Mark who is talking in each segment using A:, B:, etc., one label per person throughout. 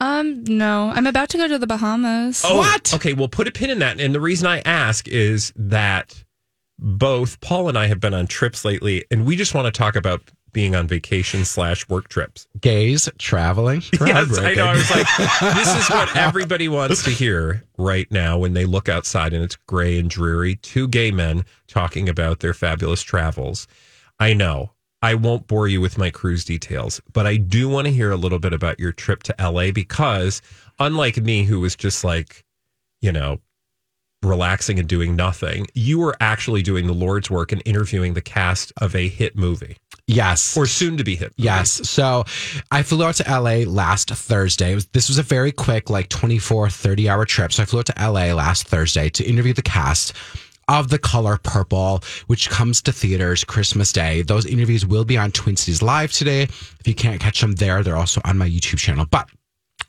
A: Um, no, I'm about to go to the Bahamas.
B: what? Oh, Okay, well, put a pin in that. And the reason I ask is that both Paul and I have been on trips lately, and we just want to talk about being on vacation slash work trips.
C: gays traveling?
B: Yes, I know. I
C: Groundbreaking.
B: was like, this is what everybody wants to hear right now when they look outside and it's gray and dreary. Two gay men talking about their fabulous travels. I know. I won't bore you with my cruise details, but I do want to hear a little bit about your trip to LA because, unlike me, who was just like, you know, relaxing and doing nothing, you were actually doing the Lord's work and interviewing the cast of a hit movie
C: Yes.
B: or soon to be hit. Movie.
C: Yes. So I flew out to LA last Thursday. It was, this was a very quick, like 24, 30 hour trip. So I flew out to LA last Thursday to interview the cast of The Color Purple, which comes to theaters Christmas Day. Those interviews will be on Twin Cities Live today. If you can't catch them there, they're also on my YouTube channel. But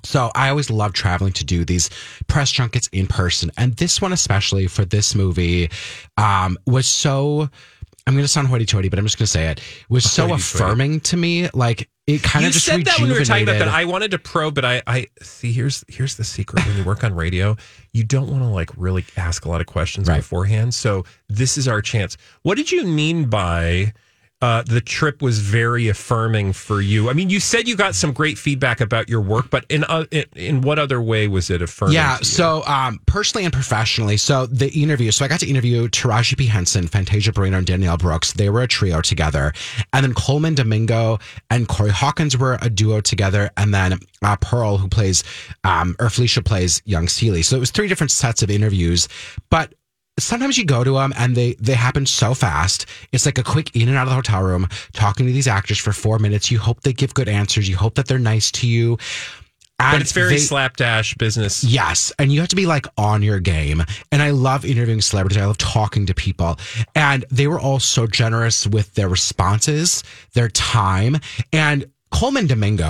C: so I always love traveling to do these press junkets in person. And this one, especially for this movie, um, was so. I'm going to sound hoity toity, but I'm just going to say it was so
B: Hoity-toity.
C: affirming to me. Like, it kind
B: you
C: of just
B: said that when we were talking about
C: rejuvenated-
B: that. I wanted to probe, but I, I see. Here's here's the secret. When you work on radio, you don't want to like really ask a lot of questions
C: Right.
B: beforehand. So this is our chance. What did you mean by? Uh, the trip was very affirming for you. I mean, you said you got some great feedback about your work, but in uh, in, in what other way was it affirming?
C: Yeah.
B: to you?
C: So, um, personally and professionally, so the interview. So I got to interview Taraji P Henson, Fantasia Barrino, and Danielle Brooks. They were a trio together, and then Coleman Domingo and Corey Hawkins were a duo together, and then uh, Pearl, who plays, um, or Felicia plays young Seeley. So it was three different sets of interviews, but sometimes you go to them and they they happen so fast it's like a quick in and out of the hotel room talking to these actors for four minutes you hope they give good answers you hope that they're nice to you
B: but
C: And
B: it's very
C: they-
B: slapdash business.
C: Yes. And you have to be like on your game. And I love interviewing celebrities. I love talking to people. And they were all so generous with their responses, their time. And Coleman Domingo,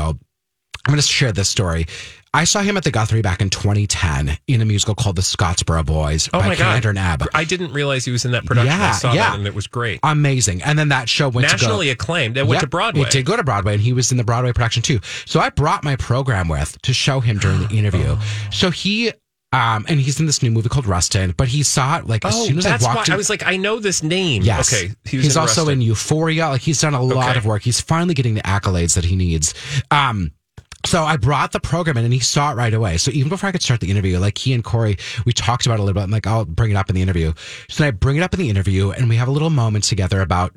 C: I'm going to share this story. I saw him at the Guthrie back in 2010 in a musical called The Scottsboro Boys
B: Oh
C: by
B: my god!
C: Kander and Ebb.
B: I didn't realize he was in that production. I
C: Yeah,
B: saw
C: yeah.
B: that and it was great.
C: Amazing. And then that show went to go-
B: Nationally acclaimed. It went
C: Yep,
B: to Broadway.
C: It did go to Broadway, and he was in the
B: Oh.
C: Broadway production too. So I brought my program with to show him during the interview. So he Um, and he's in this new movie called Rustin, but he saw it like as
B: Oh,
C: soon as I
B: that's why
C: walked in.
B: I was like, I know this name.
C: Yes.
B: Okay. He was
C: he's also
B: Rustin.
C: in Euphoria. Like he's done a lot
B: Okay.
C: of work. He's finally getting the accolades that he needs. Um, so I brought the program in and he saw it right away. So even before I could start the interview, like he and Corey, we talked about it a little bit. And like I'll bring it up in the interview. So then I bring it up in the interview and we have a little moment together about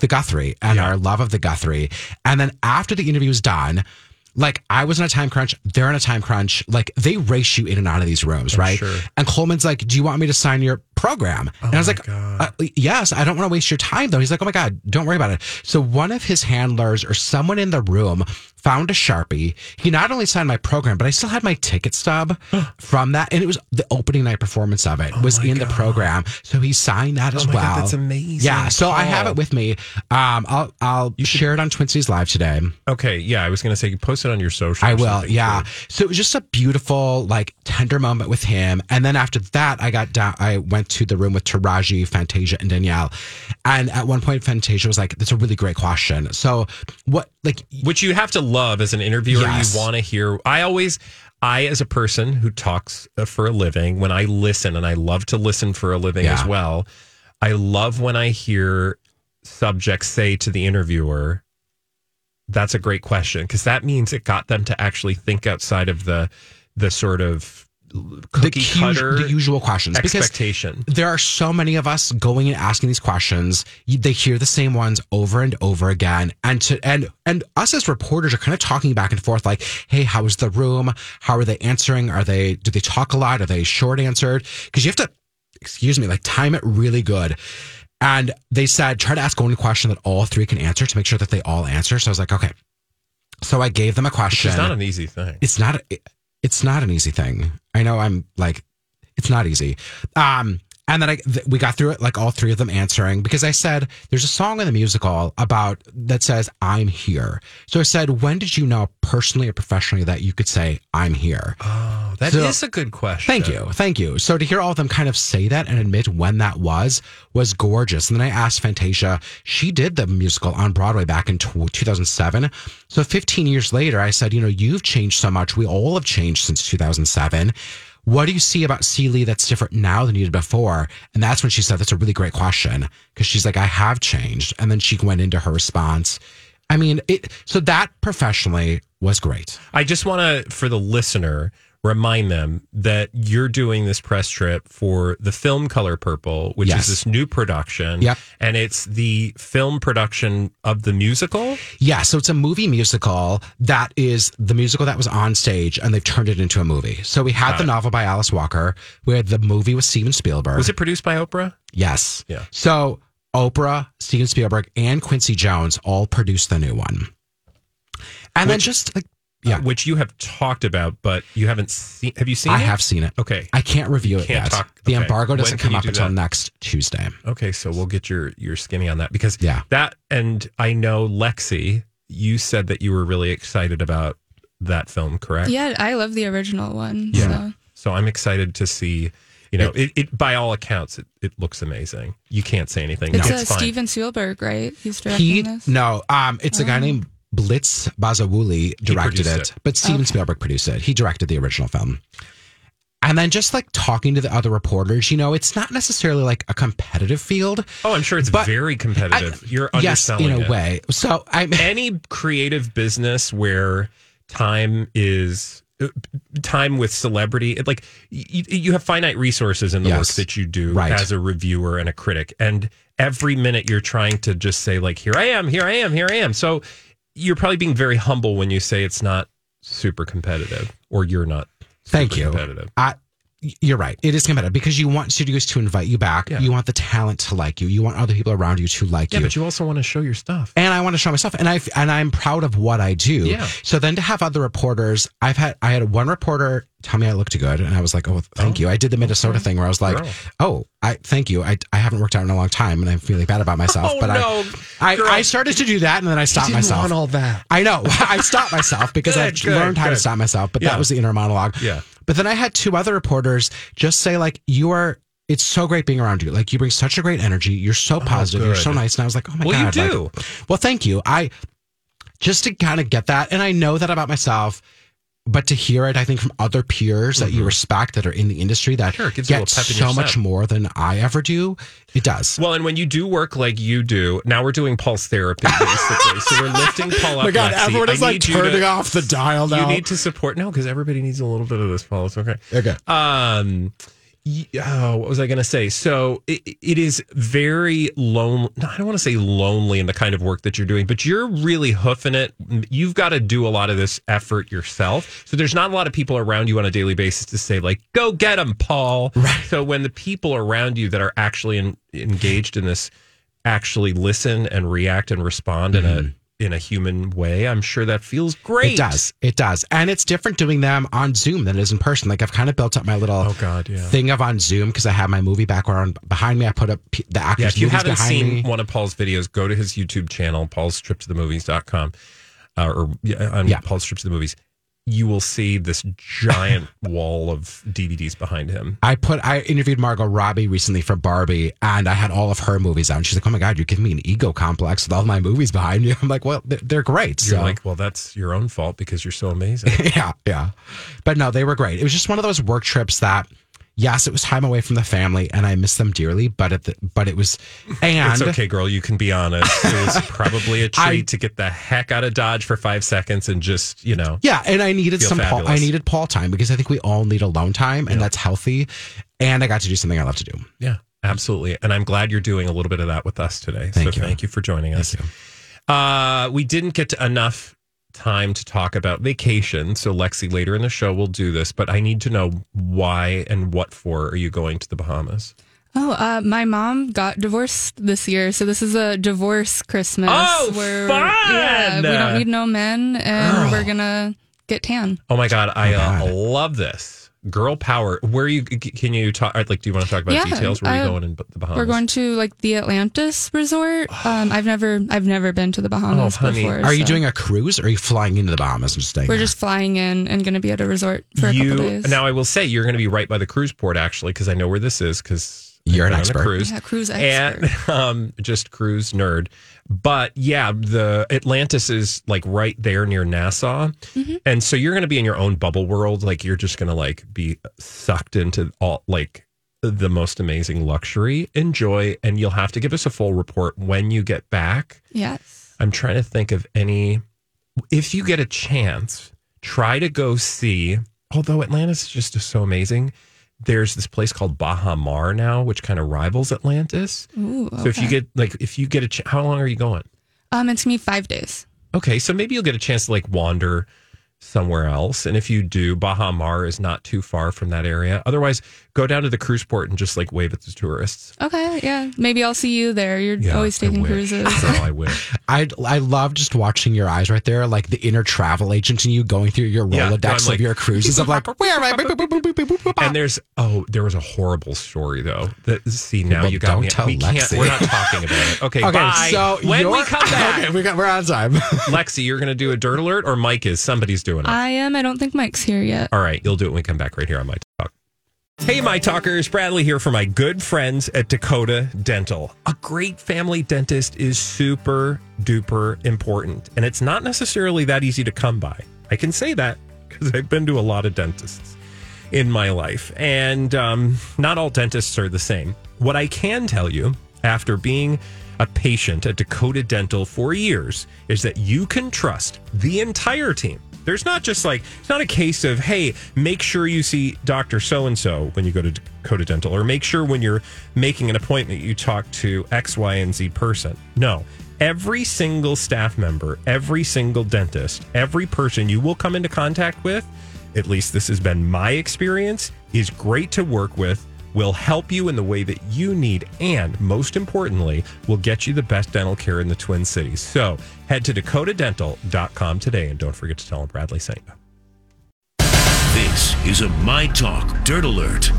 C: the Guthrie and our love of the Guthrie. And then after the interview is done, like I was in a time crunch, they're in a time crunch. Like they race you in and out of these rooms, right?
B: sure. Oh
C: And Coleman's like, "Do you want me to sign your program?" and I was like, uh, "Yes, I don't want to waste your time though." He's like, "Oh my god, don't worry about it." So one of his handlers or someone in the room found a sharpie. He not only signed my program, but I still had my ticket stub from that, and it was the opening night performance of
B: Oh
C: it was in the program. So he signed that as
B: my
C: well.
B: God, that's amazing,
C: Yeah, so I have
B: Paul.
C: it with me. Um, I'll I'll share it on Twinsies Live today.
B: Okay. Yeah. I was going to say, you post it on your social.
C: I
B: or
C: will.
B: something,
C: Yeah.
B: too.
C: So it was just a beautiful, like, tender moment with him. And then after that, I got down. I went to the room with Taraji, Fantasia, and Danielle. And at one point, Fantasia was like, "That's a really great question." So what, like,
B: Which you have to love as an interviewer.
C: Yes.
B: You want to hear. I always, I as a person who talks uh, for a living, when I listen, and I love to listen for a living
C: Yeah.
B: as well, I love when I hear subjects say to the interviewer, that's a great question because that means it got them to actually think outside of the the sort of
C: the,
B: cookie
C: cu-
B: cutter
C: the usual questions because
B: expectation.
C: there are so many of us going and asking these questions. You- They hear the same ones over and over again, and to and and us as reporters are kind of talking back and forth, like, "Hey, how was the room? How are they answering? Are they do they talk a lot? Are they short answered? Because you have to, excuse me, like time it really good." And they said, try to ask only question that all three can answer to make sure that they all answer. So I was like, okay. So I gave them a
B: Which
C: question
B: is not an easy thing.
C: it's not it's not an easy thing. I know I'm like it's not easy. Um and then I, th- we got through it like all three of them answering because I said there's a song in the musical about that says I'm here. So I said when did you know personally or professionally that you could say I'm here?
B: Oh, that is
C: So-
B: a good question.
C: Thank you. Thank you. So to hear all of them kind of say that and admit when that was was gorgeous. And then I asked Fantasia, she did the musical on Broadway back in tw 2007. So 15 years later, I said, you know, you've changed so much. We all have changed since 2007. What do you see about Seeley that's different now than you did before? And that's when she said, that's a really great question. Cause she's like, I have changed. And then she went into her response. I mean, it, so that professionally was great.
B: I just want to, for the listener, remind them that you're doing this press trip for the film Color Purple, which
C: Yes.
B: is this new production.
C: Yep.
B: And it's the film production of the musical.
C: Yeah, so it's a movie musical that is the musical that was on stage and they've turned it into a movie. So we had the novel by Alice Walker, we had the movie with Steven Spielberg.
B: Was it produced by Oprah?
C: Yes.
B: Yeah.
C: So Oprah, Steven Spielberg, and Quincy Jones all produced the new one. And then
B: Which-
C: just like Yeah.
B: Uh, Which you have talked about, but you haven't seen. Have you seen
C: I
B: it?
C: have seen it.
B: Okay.
C: I can't review it
B: can't
C: yet.
B: talk-
C: The
B: okay.
C: embargo
B: When
C: doesn't
B: can
C: come
B: you
C: up
B: do
C: until
B: that?
C: next Tuesday.
B: Okay. So we'll get your, your skinny on that because
C: Yeah.
B: that, and I know Lexi, you said that you were really excited about that film, correct?
A: Yeah, I love the original one.
C: Yeah.
A: So.
B: So I'm excited to see. You know, it, it by all accounts, it, it looks amazing. You can't say anything.
A: It's,
B: it's
A: uh,
B: fine.
A: Steven Spielberg, right? He's directing
C: He
A: this. Oh.
C: no, um, it's a guy named Blitz Bazawuli directed
B: produced
C: it,
B: it.
C: but Steven
A: Okay.
C: Spielberg produced it. He directed the original film. And then just like talking to the other reporters, you know, it's not necessarily like a competitive field.
B: Oh, I'm sure it's
C: But-
B: very competitive. You're underselling
C: yes, in a
B: it.
C: way. So I am
B: Any creative business where time is uh, time with celebrity, it- like you, you have finite resources in the work
C: Yes.
B: that you do
C: Right.
B: as a reviewer and a critic, and every minute you're trying to just say like, "Here I am, here I am, here I am." So you're probably being very humble when you say it's not super competitive, or you're not. super
C: Thank you.
B: Competitive.
C: I, you're right. It is competitive because you want studios to invite you back.
B: Yeah.
C: You want the talent to like you. You want other people around you to like
B: Yeah,
C: you.
B: but you also want to show your stuff.
C: and I want to show myself, and I and I'm proud of what I do.
B: Yeah.
C: So then to have other reporters, I've had I had one reporter tell me I looked good, and I was like, oh, thank you. I did the Minnesota thing where I was like,
B: Girl.
C: oh, I thank you. I, I haven't worked out in a long time, and I'm feeling bad about myself.
B: Oh,
C: but
B: no,
C: I,
B: girl.
C: I I started to do that, and then I stopped myself.
D: all that.
C: I know. I stopped myself because
B: Good,
C: I've
B: good,
C: learned how to
B: good.
C: stop myself, but
B: Yeah.
C: that was the inner monologue.
B: Yeah.
C: But then I had two other reporters just say, like, you are, it's so great being around you. Like, you bring such a great energy. You're so positive. You're
B: Oh, good.
C: so nice. And I was like, oh my
B: Well, you
C: God. like-
B: do.
C: well, thank you. I just to kind of get that. And I know that about myself. but to hear it, I think from other peers that you respect that are in the industry that
B: Mm-hmm. Sure, it gives you a
C: get
B: little pep in
C: so
B: your
C: much
B: step.
C: more than I ever do, it does.
B: Well, and when you do work like you do, now we're doing pulse therapy basically. so we're lifting Paul up.
C: Oh my God,
B: Lexi.
C: everyone is
B: I
C: like
B: need you to-
C: turning off the dial now.
B: You need to support no, because everybody needs a little bit of this, Paul. It's okay.
C: okay.
B: Um, y- oh, what was I going to say? So it, it is very lonely. I don't want to say lonely in the kind of work that you're doing, but you're really hoofing it. You've got to do a lot of this effort yourself. So there's not a lot of people around you on a daily basis to say like, "Go get him, Paul." Right. So when the people around you that are actually in, engaged in this actually listen and react and respond in a in a human way, I'm sure that feels great.
C: Mm-hmm. It does. It does. And it's different doing them on Zoom than it is in person. Like I've kind of built up my little
B: Oh, God, yeah.
C: thing of on Zoom because I have my movie background behind me. I put up p- the actors'
B: Yeah, if you
C: movies
B: haven't
C: behind
B: seen
C: me.
B: one of Paul's videos, go to his YouTube channel, Paul's Trip to the Movies.com, uh, or yeah, on
C: Yeah.
B: Paul's Trip to the Movies. You will see this giant wall of DVDs behind him.
C: I put I interviewed Margot Robbie recently for Barbie, and I had all of her movies out. And she's like, "Oh my god, you're giving me an ego complex with all my movies behind you." I'm like, "Well, they're, they're great."
B: You're
C: so.
B: like, well, that's your own fault because you're so amazing.
C: yeah, yeah. But no, they were great. It was just one of those work trips that, yes, it was time away from the family, and I miss them dearly. But at the, but it was, and
B: it's okay, girl. You can be honest. It was probably a treat
C: I-
B: to get the heck out of Dodge for five seconds and just, you know,
C: yeah, and I needed
B: Feel
C: some Paul, I
B: fabulous.
C: needed Paul time because I think we all need alone time, and that's healthy. And I got to do something I love to do.
B: yeah, absolutely. And I'm glad you're doing a little bit of that with us today.
C: Thank
B: so
C: you.
B: thank you for joining us.
C: Thank you.
B: Uh, we didn't get to enough time to talk about vacation. So, Lexi, later in the show, we'll do this, but I need to know why and what for are you going to the Bahamas?
A: Oh, uh, my mom got divorced this year, so this is a divorce Christmas.
B: Oh, fun!
A: Yeah, we don't need no men, and
B: Girl.
A: we're gonna get tan.
B: Oh my God, I
C: God.
B: Uh, love this. Girl power. Where you can you talk? uh, Like, do you want to talk about
A: Yeah,
B: details? Where are
A: uh,
B: you going in the Bahamas?
A: We're going to like the Atlantis Resort. Um, I've never, I've never been to the Bahamas
B: Oh, honey.
A: before.
C: Are you
A: so
C: doing a cruise? or Are you flying into the Bahamas and staying?
A: We're
C: there?
A: just flying in and going to be at a resort for a
B: you
A: couple days.
B: now. I will say you're going to be right by the cruise port, actually, because I know where this is. Because
C: You're an expert.
B: On a cruise.
A: yeah, cruise expert.
B: and um, just cruise nerd. But yeah, the Atlantis is like right there near Nassau, and so you're going to be in your own bubble world. Like you're just going to like be sucked into all like the most amazing luxury. Enjoy, and you'll have to give us a full report when you get back.
A: yes.
B: I'm trying to think of any. If you get a chance, try to go see. Although Atlantis is just so amazing. There's this place called Bahamar now, which kind of rivals Atlantis.
A: Ooh,
B: So if you
A: okay.
B: get like if you get a ch- how long are you going?
A: um, it's gonna be five days.
B: Okay, so maybe you'll get a chance to like wander somewhere else, and if you do, Bahamar is not too far from that area. Otherwise, go down to the cruise port and just like wave at the tourists.
A: Okay, yeah, maybe I'll see you there. You're
B: Yeah,
A: always
B: I
A: taking
B: wish.
A: cruises.
B: Oh, I wish.
C: I I love just watching your eyes right there, like the inner travel agent and you going through your
B: Yeah,
C: Rolodex
B: I'm
C: of
B: like-
C: your cruises. of like, where am I? Boop, boop, boop, boop, boop, boop, boop, boop.
B: And there's oh, there was a horrible story though. That see now
C: Well,
B: you got
C: don't
B: me.
C: tell
B: we
C: Lexi.
B: We're not talking about it. Okay, bye. when we
C: you're-
B: come back,
C: okay, we got, we're on time.
B: Lexi, you're going to do a dirt alert, or Mike is somebody's doing it.
A: I am. I don't think Mike's here yet.
B: All right, you'll do it when we come back right here on My Talk. Hey, My Talkers, Bradley here for my good friends at Dakota Dental. A great family dentist is super duper important, and it's not necessarily that easy to come by. I can say that because I've been to a lot of dentists in my life, and um, not all dentists are the same. What I can tell you after being a patient at Dakota Dental for years is that you can trust the entire team. There's not just like, it's not a case of, hey, make sure you see Dr. So and so when you go to Dakota Dental, or make sure when you're making an appointment you talk to X, Y, and Z person. No, every single staff member, every single dentist, every person you will come into contact with at least this has been my experience, is great to work with, will help you in the way that you need, and most importantly, will get you the best dental care in the Twin Cities. So head to dakotadental.com today and don't forget to tell them Bradley sent you.
E: This is a My Talk Dirt Alert.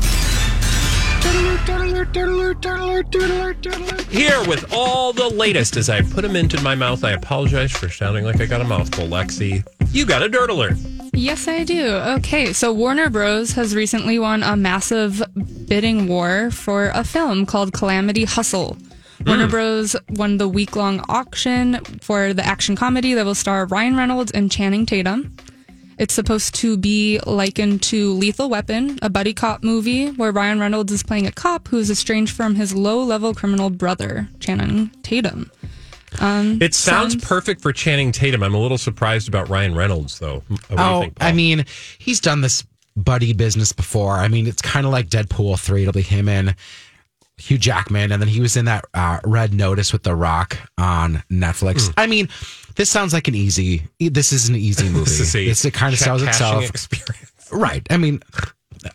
B: Here with all the latest as I put them into my mouth. I apologize for sounding like I got a mouthful, Lexi. You got a dirt alert.
A: Yes, I do. Okay, so Warner Bros. has recently won a massive bidding war for a film called Calamity Hustle. Warner Bros. won the week long auction for the action comedy that will star Ryan Reynolds and Channing Tatum. It's supposed to be likened to Lethal Weapon, a buddy cop movie where Ryan Reynolds is playing a cop who is estranged from his low level criminal brother, Channing Tatum.
B: It sounds,
A: Sounds-
B: perfect for Channing Tatum. I'm a little surprised about Ryan Reynolds, though. What do you
C: Oh,
B: think, Paul?
C: I mean, he's done this buddy business before. I mean, it's kind of like Deadpool 3. It'll be him and Hugh Jackman. And then he was in that uh, Red Notice with The Rock on Netflix. I mean, this sounds like an easy, this is an easy movie.
B: Hmm. This is a
C: it's, it kind of
B: check
C: sells
B: cashing
C: itself.
B: Experience.
C: right. I mean,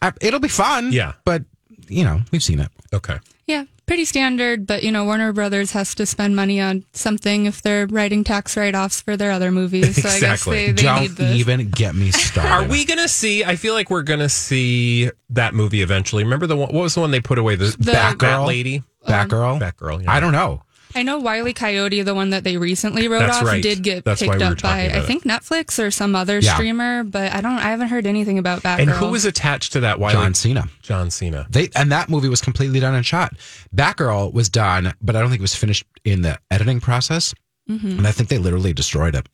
C: I, it'll be fun.
B: Yeah.
C: But, you know, we've seen it.
B: Okay.
A: Yeah, pretty standard, but you know, Warner Brothers has to spend money on something if they're writing tax write offs for their other movies. So I guess
B: Exactly.
A: they, they need
C: Don't
A: this.
C: even get me started.
B: Are we gonna see? I feel like we're gonna see that movie eventually. Remember the one? What was the one they put away? The,
A: The-
B: that
C: Batgirl? Um,
B: lady,
C: Batgirl?
B: Batgirl. Yeah.
C: I don't know.
A: I know Wiley Coyote, the one that they recently wrote
B: That's
A: off,
B: right.
A: did get
B: That's why
A: picked
B: we were
A: up
B: talking
A: by
B: about
A: I
B: it.
A: think Netflix or some other
C: Yeah.
A: streamer, but I don't I haven't heard anything about Batgirl.
B: And who was attached to that? Wiley?
C: John Cena.
B: John Cena.
C: They and that movie was completely done and shot. Batgirl was done, but I don't think it was finished in the editing process.
A: Mm-hmm.
C: And I think they literally destroyed it.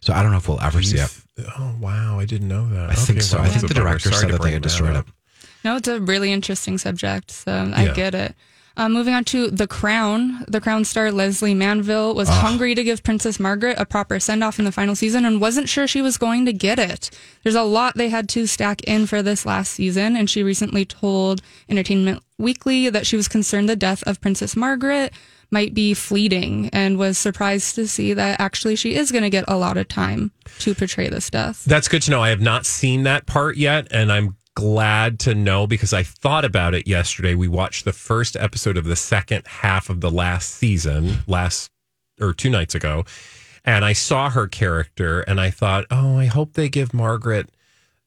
C: So I don't know if we'll ever see
A: Mm-hmm.
C: it.
B: Oh wow, I didn't know that.
C: I think so. I
B: that's
C: think
B: a
C: the
B: bummer.
C: director
B: Sorry
C: said
B: to
C: that they
B: bring
C: had destroyed
B: up.
C: it.
A: No, it's a really interesting subject, so I get it. Uh, moving on to The Crown. The Crown star Leslie Manville was hungry to give Princess Margaret a proper send off in the final season and wasn't sure she was going to get it. There's a lot they had to stack in for this last season, and she recently told Entertainment Weekly that she was concerned the death of Princess Margaret might be fleeting and was surprised to see that actually she is going to get a lot of time to portray this death.
B: That's good to know. I have not seen that part yet, and I'm glad to know because I thought about it yesterday. We watched the first episode of the second half of the last season, last or two nights ago, and I saw her character, and I thought, oh, I hope they give Margaret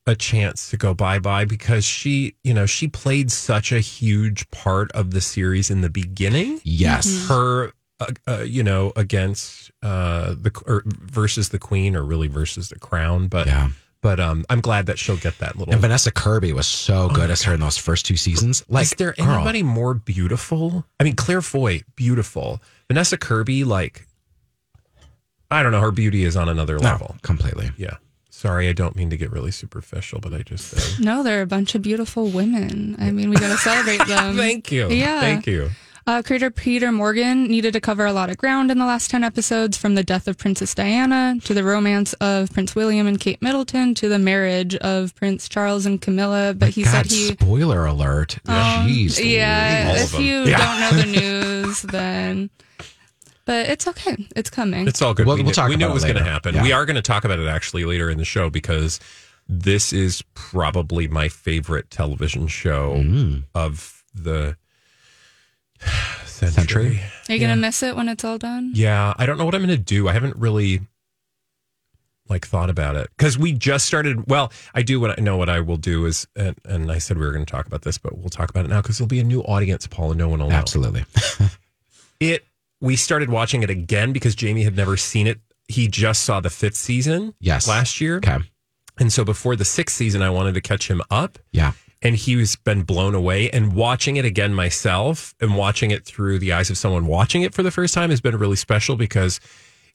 B: a chance to go bye bye because she, you know, she played such a huge part of the series in the beginning
C: Yes.
B: her uh, uh, you know against uh the or versus the queen or really versus the crown but
C: Yeah.
B: but um i'm glad that she'll get that little
C: And Vanessa Kirby was so good as her in those first two seasons. Like
B: is there
C: girl,
B: anybody more beautiful i mean claire foy beautiful vanessa kirby like i don't know her beauty is on another
C: no,
B: level
C: completely.
B: yeah sorry i don't mean to get really superficial but i just uh,
A: No, they're a bunch of beautiful women. I mean, we got to celebrate them.
B: thank you
A: Yeah.
B: thank you
A: Uh, creator Peter Morgan needed to cover a lot of ground in the last 10 episodes from the death of Princess Diana to the romance of Prince William and Kate Middleton to the marriage of Prince Charles and Camilla. But he
C: God,
A: said he. Um,
C: spoiler alert. Jeez.
A: Yeah,
B: All of
A: if
B: them.
A: you don't know the news, then. But it's okay. It's coming.
B: It's all good.
C: We'll-
B: we
C: we'll
B: knew,
C: talk
B: we knew it
C: about it
B: was going to
C: later.
B: happen.
C: Yeah.
B: We are going to talk about it actually later in the show because this is probably my favorite television show
C: Mm.
B: of the century.
C: Century?
A: Are you going to miss it when it's all done?
B: Yeah, I don't know what I'm going to do. I haven't really like thought about it because we just started. Well, I do what I know. What I will do is, and, and I said we were going to talk about this, but we'll talk about it now because there'll be a new audience, Paul, and no one will know
C: Absolutely.
B: it we started watching it again because Jamie had never seen it. He just saw the fifth season
C: Yes.
B: last year.
C: Okay.
B: And so before the sixth season, I wanted to catch him up.
C: Yeah.
B: And he's been blown away. And watching it again myself and watching it through the eyes of someone watching it for the first time has been really special because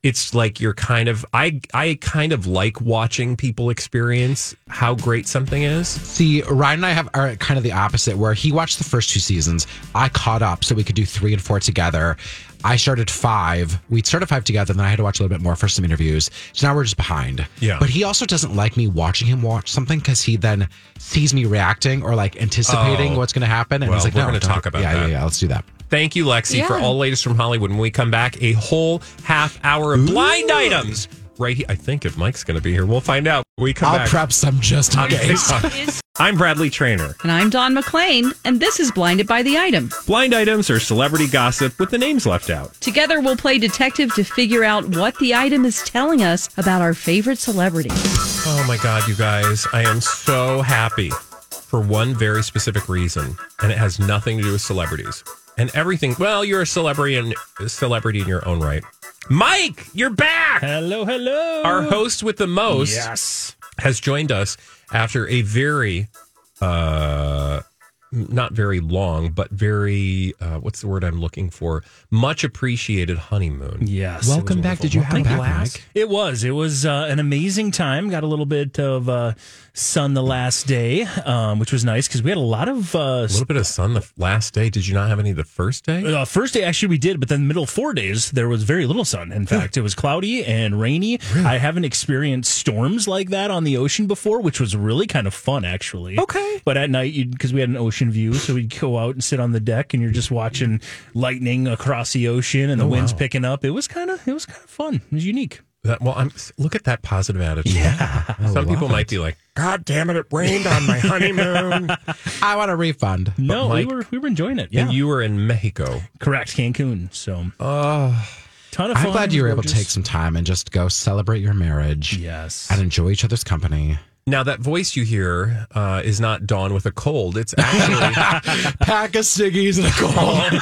B: it's like you're kind of I I kind of like watching people experience how great something is.
C: See, Ryan and I have are kind of the opposite, where he watched the first two seasons. I caught up, so we could do three and four together. I started five. We started five together, and then I had to watch a little bit more for some interviews. So now we're just behind.
B: Yeah.
C: But he also doesn't like me watching him watch something because he then sees me reacting or like anticipating
B: Oh.
C: what's going to happen, and
B: Well,
C: he's like,
B: we're
C: "No,
B: gonna
C: don't
B: talk
C: do-
B: about
C: yeah,
B: that.
C: Yeah, yeah, let's do that."
B: Thank you, Lexi, for
A: Yeah.
B: all the latest from Hollywood. When we come back, a whole half hour of blind items right here. I think if Mike's going to be here, we'll find out. When we come
C: I'll
B: back.
C: prep some just in
B: on
C: case.
B: TikTok. I'm Bradley Trainer.
F: And I'm Don McClain, and this is Blinded by the Item.
E: Blind items are celebrity gossip with the names left out.
F: Together, we'll play detective to figure out what the item is telling us about our favorite celebrity.
B: Oh my God, you guys. I am so happy for one very specific reason, and it has nothing to do with celebrities and everything. Well, you're a celebrity and celebrity in your own right. Mike, you're back.
E: Hello, hello.
B: Our host with the most
E: yes.
B: has joined us after a very uh, not very long, but very uh, what's the word I'm looking for? Much appreciated honeymoon.
G: Yes. it
C: Welcome
G: was
C: back.
G: wonderful.
C: Did you have
G: Thank
C: back,
B: Laz.
C: Mike?
G: It was. It was uh, an amazing time. Got a little bit of uh, sun the last day, um, which was nice because we had a lot of. Uh,
B: A little bit of sun the last day. Did you not have any the first day?
G: uh, first day, actually, we did, but then middle four days, there was very little sun. In fact, it was cloudy and rainy. I haven't experienced storms like that on the ocean before, which was really kind of fun, actually.
B: Okay.
G: But at night, because we had an ocean view, so we'd go out and sit on the deck, and you're just watching lightning across the ocean,
C: Oh,
G: and the wind's picking up. It was kind of, it was kind of fun. It was unique.
B: That, well, I'm look at that positive attitude. Yeah. Some people might be like, God damn it, it rained on my honeymoon.
C: I want a refund.
G: No,
B: Mike-
G: we were we were enjoying it. Yeah,
B: And you were in Mexico.
G: correct Cancun. So, ton of.
C: Uh, I'm
G: fun,
C: glad you were able to
G: gorgeous.
C: take some time and just go celebrate your marriage
G: Yes.
C: and enjoy each other's company.
B: Now that voice you hear uh, is not Dawn with a cold. It's actually
C: Pack of ciggies and a cold.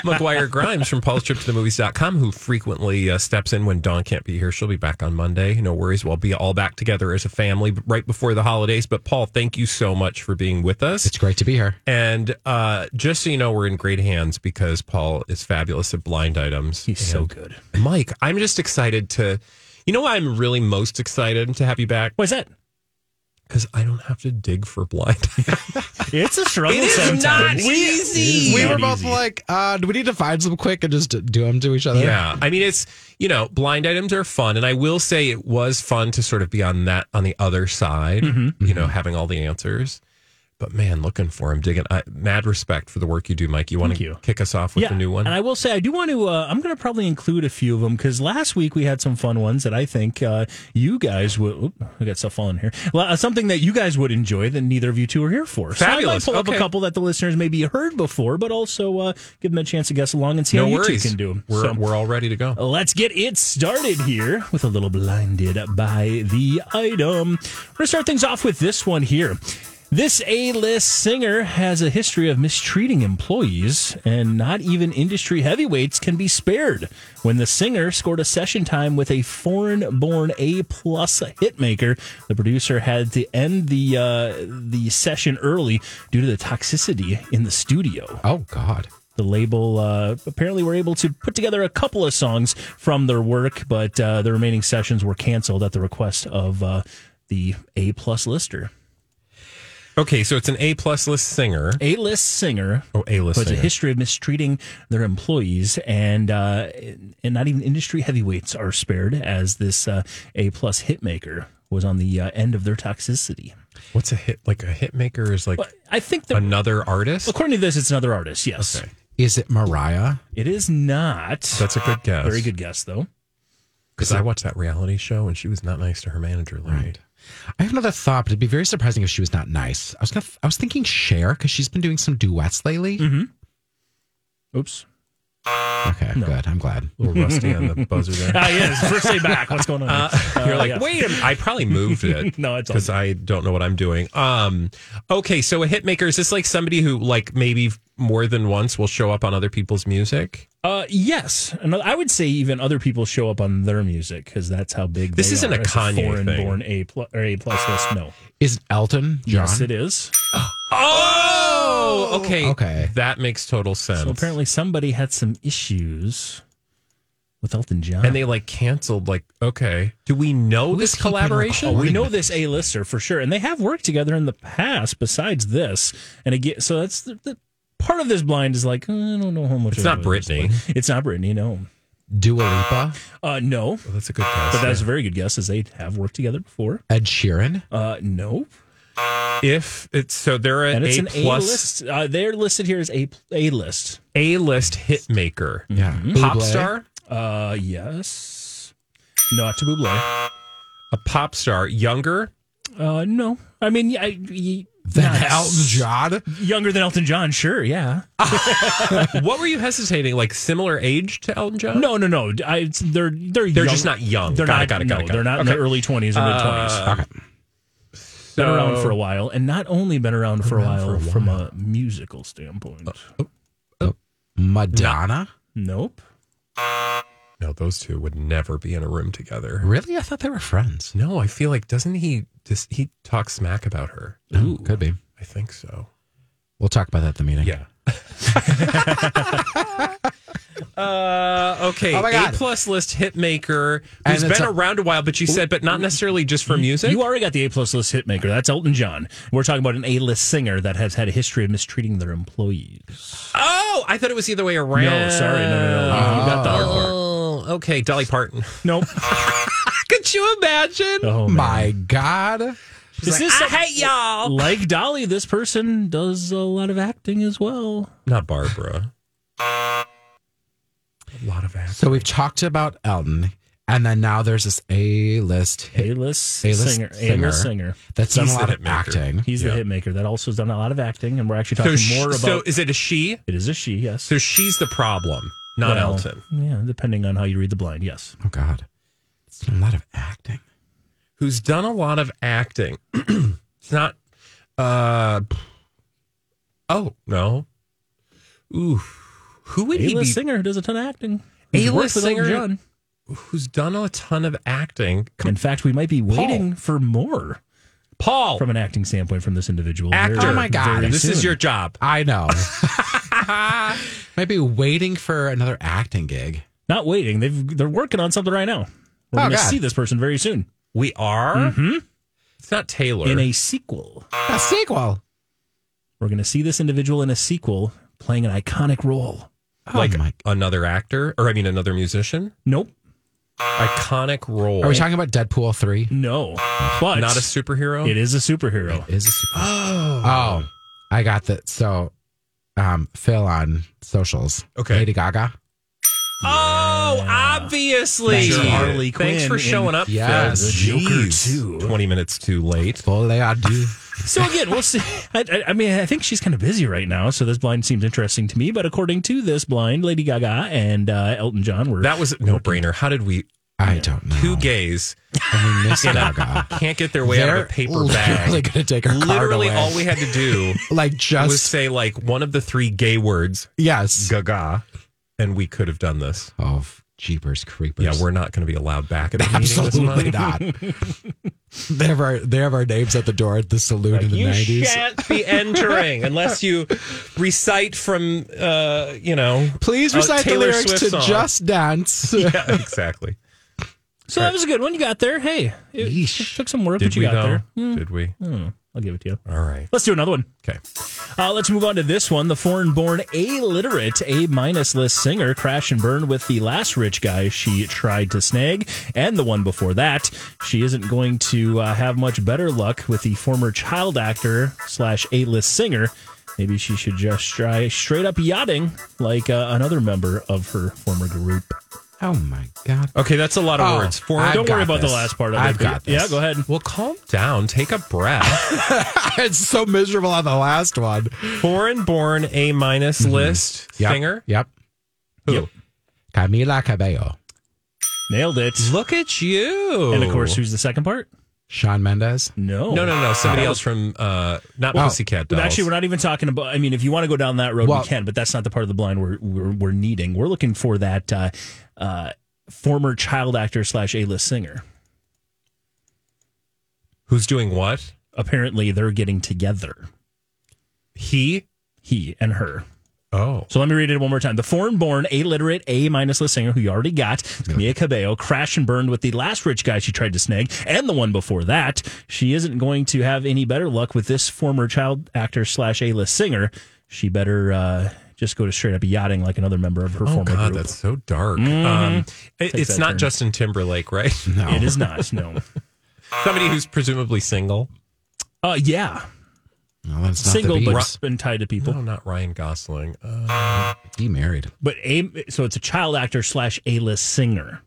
B: McGuire Grimes from Paul's Trip to the Movies.com, who frequently uh, steps in when Dawn can't be here. She'll be back on Monday. No worries. We'll be all back together as a family right before the holidays. But Paul, thank you so much for being with us.
C: it's great to be here.
B: And uh, just so you know, we're in great hands because Paul is fabulous at blind items.
G: He's so
B: And
G: good.
B: Mike, I'm just excited to. You know, why I'm really most excited to have you back
G: What is that?
B: because I don't have to dig for blind.
G: It's a struggle sometimes.
B: easy.
C: We were
G: not
C: both
G: easy.
C: like, uh, do we need to find some quick and just do them to each other?
B: Yeah, I mean it's you know blind items are fun, and I will say it was fun to sort of be on that on the other side,
G: Mm-hmm.
B: you know, having all the answers. But man, looking for him, digging. I, mad respect for the work you do, Mike. You want
G: Thank
B: to
G: you.
B: kick us off with a new one?
G: And I will say, I do want to. Uh, I'm going to probably include a few of them because last week we had some fun ones that I think uh, you guys would. Oop, I got stuff falling here. Well, uh, something that you guys would enjoy that neither of you two are here for.
B: Fabulous.
G: So I might pull up
B: Okay.
G: a couple that the listeners maybe heard before, but also uh, give them a chance to guess along and see
B: no
G: how
B: worries.
G: you two can do Oh. them.
B: We're we're all ready to go.
G: Let's get it started here with a little blinded by the item. We're going to start things off with this one here. This A list singer has a history of mistreating employees, and not even industry heavyweights can be spared. When the singer scored a session time with a foreign born A plus hitmaker, the producer had to end the, uh, the session early due to the toxicity in the studio
C: Oh, God.
G: the label uh, apparently were able to put together a couple of songs from their work, but uh, the remaining sessions were canceled at the request of uh, the A plus lister.
B: Okay, so it's an A plus list singer.
G: A list singer
B: Oh, A list
G: has a
B: singer.
G: history of mistreating their employees, and uh, and not even industry heavyweights are spared as this uh, A plus hitmaker was on the uh, end of their toxicity.
B: What's a hit? Like a hit maker is like
G: But I think that.
B: another artist.
G: According to this, it's another artist. Yes,
B: Okay.
C: Is it Mariah?
G: it is not.
B: That's a good guess.
G: very good guess, though.
B: Because I watched that reality show and she was not nice to her manager. Lady.
C: Right. I have another thought, but it'd be very surprising if she was not nice. I was gonna, I was thinking Cher because she's been doing some duets lately.
G: Mm-hmm. Oops.
C: Okay, good. I'm glad.
B: A little rusty on the buzzer there.
G: Ah, yeah, it's first day back. What's going on?
B: Uh, You're like,
G: Uh, yeah.
B: wait a minute. I probably moved it.
G: No, it's all
B: because I don't know what I'm doing. Um, okay, so a hit maker is this like somebody who like maybe more than once will show up on other people's music?
G: Uh, yes, and I would say even other people show up on their music because that's how big.
B: This
G: they
B: isn't
G: are
B: a
G: as
B: Kanye
G: foreign
B: thing.
G: born A plus or A plus list. No,
C: Is it Elton John?
G: yes, it is.
B: Oh, okay,
C: Okay.
B: that makes total sense.
G: So apparently somebody had some issues with Elton John,
B: and they like canceled. Like, okay, do we know
C: Who
B: this
C: is keeping
B: collaboration?
G: Oh, we
C: recording?
G: know this A lister for sure, and they have worked together in the past. Besides this, and again, so that's the, the part of this blind is like uh, I don't know how much.
B: It's
G: I
B: not
G: know this,
B: Britney.
G: but It's not Britney. No,
C: Dua Lipa,
G: uh, no.
B: Oh, that's a good guess.
G: But that's a very good guess, as they have worked together before.
C: Ed Sheeran.
G: Uh, no,
B: if it's so, they're
G: and
B: an
G: it's
B: A
G: an A
B: plus
G: list. Uh, they're listed here as A A list.
B: A list hit maker,
C: Yeah,
B: pop
C: Bublé.
B: star,
G: Uh, yes, not to Buble.
B: a pop star, younger.
G: Uh, no, I mean, I, y-
C: Then
G: not
C: Elton John.
G: younger than Elton John, sure, yeah.
B: what were you hesitating? Like similar age to Elton John?
G: No, no, no. I, it's- they're they're
B: Uh, They're
G: young.
B: just not young.
G: They're
B: Got
G: not.
B: it, got it,
G: no,
B: got it, got
G: they're
B: it.
G: not in
B: Okay.
G: their early twenties or
B: Uh,
G: mid twenties.
C: Okay.
G: been around
B: so-
G: for a while, and not only been around, for, a
C: Around
G: while,
C: for a
G: from a musical standpoint.
B: Oh.
C: Madonna.
G: nope.
B: No, those two would never be in a room together.
C: Really? I thought they were friends.
B: No, I feel like doesn't he just he talks smack about her?
C: Oh, Could be.
B: I think so.
C: We'll talk about that at the meeting.
B: Yeah. uh, okay.
C: Oh my God.
B: A plus list hitmaker
C: And
B: who's
C: it's
B: been
C: a-
B: around a while, but you said, but not necessarily just for music.
G: You already got the A plus list hitmaker. That's Elton John. We're talking about an A list singer that has had a history of mistreating their employees.
B: Oh, I thought it was the other way around. Uh,
G: No, sorry, no, no, Uh, no. You got the hard part.
B: Oh, okay, Dolly Parton.
G: Nope.
B: Could you imagine?
G: Oh man.
C: My God.
G: This is
B: I hate y'all.
G: like Dolly. This person does a lot of acting as well.
B: Not Barbara. A lot of ass.
C: So we've talked about Elton, and then now there's this A-list hit
G: A list
C: A-list
G: singer. A
C: singer.
G: list singer.
C: that's done
B: He's
C: a lot
B: the
C: of
B: hitmaker.
C: acting.
G: He's
B: Yeah.
G: the hitmaker that also has done a lot of acting, and we're actually
B: So,
G: talking
B: sh-
G: more about.
B: so is it a she?
G: it is a she, yes.
B: So she's the problem, not
G: Well,
B: Elton.
G: Yeah, depending on how you read the blind, yes.
C: Oh God, it's done a lot of acting.
B: who's done a lot of acting. it's not. Uh, oh no. Ooh, who would
G: A
B: he
G: list
B: be?
G: singer who does a ton of acting.
B: A-list
G: He's worked with Elton
B: singer-
G: John.
B: Who's done a ton of acting? Come,
G: In fact, we might be waiting for more
B: Paul,
G: from an acting standpoint from this individual.
B: Oh. actor.
C: Oh my God.
G: very
B: this is
G: soon.
B: your job.
C: I know. Might be waiting for another acting gig.
G: not waiting. They've they're working on something right now. We're
C: Oh,
G: going to
C: God.
G: see this person very soon
B: We are. It's not Taylor.
G: Mm-hmm. in a sequel.
C: A sequel.
G: We're going to see this individual in a sequel playing an iconic role.
B: like
C: oh my.
B: another actor, or I mean, another musician.
G: Nope,
B: Iconic role.
C: Are we talking about Deadpool three?
G: no, but
B: not a superhero?
G: It is a superhero.
C: Is a sequel. Oh, I got that. So, um, Phil on socials.
B: Okay.
C: Lady Gaga.
B: Oh, obviously.
C: Thank you.
G: Harley
B: Thanks
G: Quinn
B: for
G: in-
B: showing up.
C: Yes.
B: Phil.
C: The Joker
G: Jeez. too.
B: 20 minutes too late.
C: Fully adieu.
G: So again, we'll see. I, I, I mean, I think she's kind of busy right now, so this blind seems interesting to me. But according to this blind, Lady Gaga and uh, Elton John were
B: That was a no brainer. How did we?
C: I don't know.
B: Two gays
C: And we miss Gaga.
B: can't get their way out of a paper
C: literally
B: bag.
C: gonna take her card
B: Literally,
C: away.
B: all we had to do
C: like just
B: was say like one of the three gay words,
C: yes.
B: gaga, and we could have done this.
C: oh, jeepers creepers.
B: Yeah, we're not going to be allowed back at the
C: absolutely
B: meeting this month.
C: not. they have our they have our names at the door at the saloon in the
B: You
C: nineties.
B: shan't be entering unless you recite from, uh, you know.
C: Please
B: a
C: recite the
B: Oh, Taylor
C: lyrics
B: Swift
C: to
B: song.
C: "Just Dance."
B: Yeah, exactly.
G: so that was a good one. You got there. Hey, it, it took some work,
B: Did
G: but you
B: we
G: got
B: though?
G: there. Hmm.
B: Did we?
G: Hmm, I'll give it to you.
B: All right.
G: Let's do another one.
B: Okay.
G: Uh, let's move on to this one. The foreign born illiterate A minus list singer crashed and burned with the last rich guy she tried to snag and the one before that. She isn't going to uh, have much better luck with the former child actor slash A list singer. Maybe she should just try straight up yachting like uh, another member of her former group.
C: oh my god!
B: Okay, that's a lot of
C: Oh,
B: words.
C: I've
G: Don't worry
C: got
G: about
C: this.
G: the last part of
C: I've
G: it.
C: got this.
G: Yeah, go ahead.
B: Well, calm down. Take a breath.
C: it's so miserable on the last one.
B: foreign born A minus list
C: Yep.
B: singer.
C: Yep.
B: Who?
C: Camila Cabello,
G: Nailed it.
B: Look at you.
G: And of course, who's the second part?
C: Sean Mendes.
G: No.
B: no, no, no. Somebody
G: That
B: else from uh, not
C: Well,
B: Pussycat Dolls.
G: Actually, we're not even talking about. I mean, if you want to go down that road,
C: Well-
G: we can, but that's not the part of the blind we're we're, we're needing. We're looking for that uh, uh, former child actor slash A list singer.
B: Who's doing what?
G: Apparently, they're getting together.
B: He.
G: He and her.
B: Oh.
G: So let me read it one more time. The foreign born, illiterate, A minus list singer who you already got, Mia Cabello, crashed and burned with the last rich guy she tried to snag and the one before that. She isn't going to have any better luck with this former child actor slash A list singer. She better uh, just go to straight up yachting like another member of her
B: Oh
G: former
B: God,
G: group.
B: that's so dark. Um, it-
G: Take
B: it's
G: that
B: not
G: turn.
B: Justin Timberlake, right?
C: No,
G: It is not, no.
B: Somebody who's presumably single.
G: Uh, yeah.
C: no that's not
G: Single,
C: the
G: but
C: Biebs.
G: it's been tied to people.
B: No, not Ryan Gosling. Uh,
C: he married.
G: But A, so it's a child actor slash A list singer.